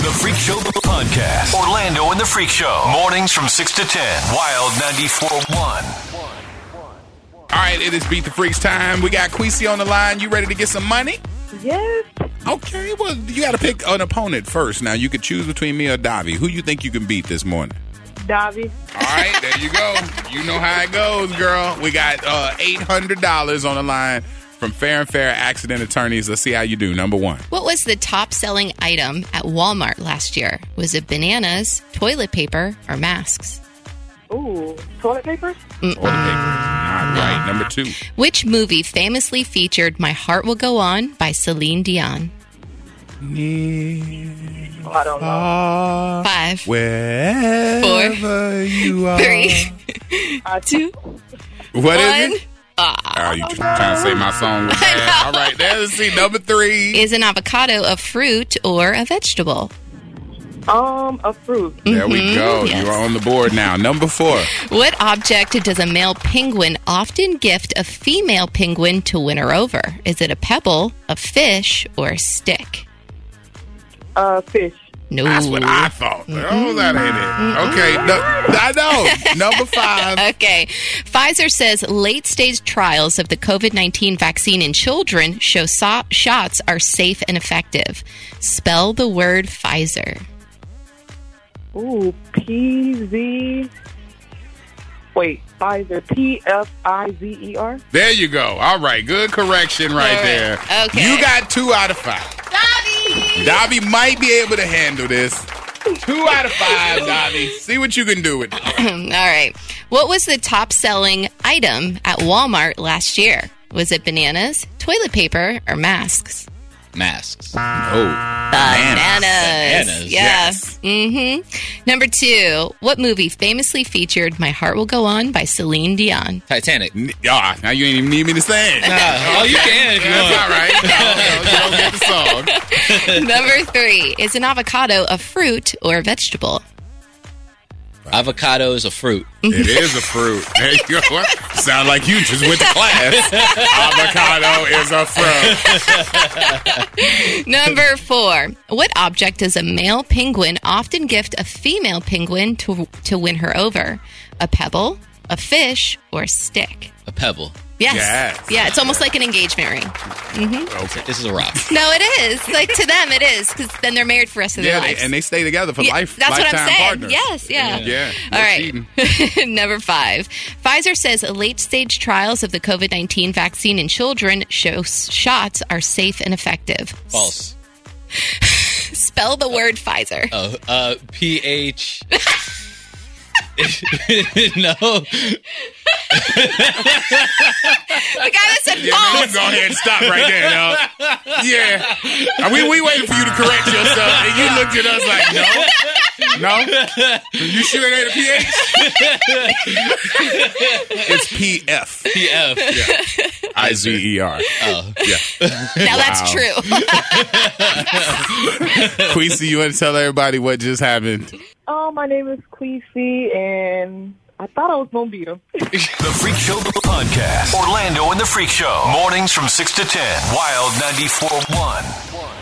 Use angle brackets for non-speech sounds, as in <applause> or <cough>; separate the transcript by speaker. Speaker 1: Freak Show Podcast. Orlando and the Freak Show. Mornings from 6 to 10. Wild 94.1.
Speaker 2: All right, it is Beat the Freaks time. We got Queasy on the line. You ready to get some money?
Speaker 3: Yes.
Speaker 2: Okay, well, you got to pick an opponent first. Now, you could choose between me or Davi. Who you think you can beat this morning?
Speaker 3: Davi.
Speaker 2: All right, there you go. You know how it goes, girl. We got uh, $800 on the line from Fair and Fair Accident Attorneys. Let's see how you do. Number one.
Speaker 4: What was the top selling item at Walmart last year? Was it bananas, toilet paper, or masks?
Speaker 3: Ooh, toilet paper?
Speaker 2: All the papers. All right, number two.
Speaker 4: Which movie famously featured My Heart Will Go On by Celine Dion?
Speaker 3: Oh, I don't
Speaker 2: Uh,
Speaker 3: know.
Speaker 4: Five, three,
Speaker 2: Wherever you are.
Speaker 3: I,
Speaker 4: two,
Speaker 2: What is
Speaker 4: one.
Speaker 2: it? Oh, you tr- trying to say my song <laughs> was bad. All right, there, let's see. Number three.
Speaker 4: Is an avocado a fruit or a vegetable?
Speaker 3: um, a fruit.
Speaker 2: There we go.
Speaker 4: yes.
Speaker 2: You are on the board now. Number four.
Speaker 4: What object does a male penguin often gift a female penguin to win her over? Is it a pebble, a fish, or a stick?
Speaker 3: Uh, fish.
Speaker 4: No.
Speaker 2: That's what I thought. Oh, that ain't it. Okay. No, I know. Number <laughs> five.
Speaker 4: Okay. Pfizer says late stage trials of the COVID 19 vaccine in children show so- shots are safe and effective. Spell the word Pfizer.
Speaker 3: Ooh, P Z. Wait, Pfizer. P F I Z E R.
Speaker 2: There you go. All right. Good correction right
Speaker 4: All
Speaker 2: there.
Speaker 4: right. Okay.
Speaker 2: You got two out of five. Dobby might be able to handle this. Two out of <laughs> five, Dobby. See what you can do with it.
Speaker 4: <laughs> All right. What was the top selling item at Walmart last year? Was it bananas, toilet paper, or masks?
Speaker 5: masks.
Speaker 2: Oh.
Speaker 4: Bananas.
Speaker 5: Bananas,
Speaker 4: Yes. Mm-hmm. Number two, what movie famously featured My Heart Will Go On by Celine Dion?
Speaker 5: Titanic.
Speaker 2: N- ah, now you ain't even need me to say it.
Speaker 5: oh, you can if you
Speaker 2: That's
Speaker 5: want.
Speaker 2: all right. No, no, you don't get the song.
Speaker 4: Number three, is an avocado a fruit or a vegetable?
Speaker 5: Avocado is a fruit.
Speaker 2: It is a fruit. <laughs> There you go. Sound like you just went to class. <laughs> Avocado is a fruit.
Speaker 4: Number four, what object does a male penguin often gift a female penguin to, to win her over? A pebble, a fish, or a stick?
Speaker 5: A pebble.
Speaker 4: Yes.
Speaker 2: Yes.
Speaker 4: Yeah, it's almost like an engagement ring.
Speaker 2: Okay.
Speaker 5: This is a rock.
Speaker 4: No, it is. Like to them, it is because then they're married for the rest of their
Speaker 2: Yeah, they,
Speaker 4: lives.
Speaker 2: and they stay together for
Speaker 4: Yeah,
Speaker 2: life.
Speaker 4: that's what I'm
Speaker 2: lifetime
Speaker 4: saying.
Speaker 2: Partners.
Speaker 4: Yes, yeah.
Speaker 2: Yeah. no
Speaker 4: All right.
Speaker 2: cheating.
Speaker 4: <laughs> Number five. Pfizer says late stage trials of the COVID 19 vaccine in children show s- shots are safe and effective.
Speaker 5: False.
Speaker 4: Spell the word Pfizer.
Speaker 5: Oh, uh, pH. <laughs> no.
Speaker 4: The guy that said
Speaker 2: <laughs> Yeah, no, you
Speaker 4: false.
Speaker 2: go ahead and stop right <laughs> there, dog. Yeah. Uh, We, we waiting for you to correct yourself, and you looked at us like, no. No? You sure it ain't a PH? it's PF.
Speaker 5: PF.
Speaker 2: I Z E R.
Speaker 5: Oh.
Speaker 4: Now that's
Speaker 2: Wow.
Speaker 4: true.
Speaker 2: Queasy, you want to tell everybody what just happened?
Speaker 3: Oh, my name is Queasy, and I thought I was gonna beat him.
Speaker 1: The Freak Show Podcast. Orlando and the Freak Show. Mornings from 6 to 10. Wild 94.1.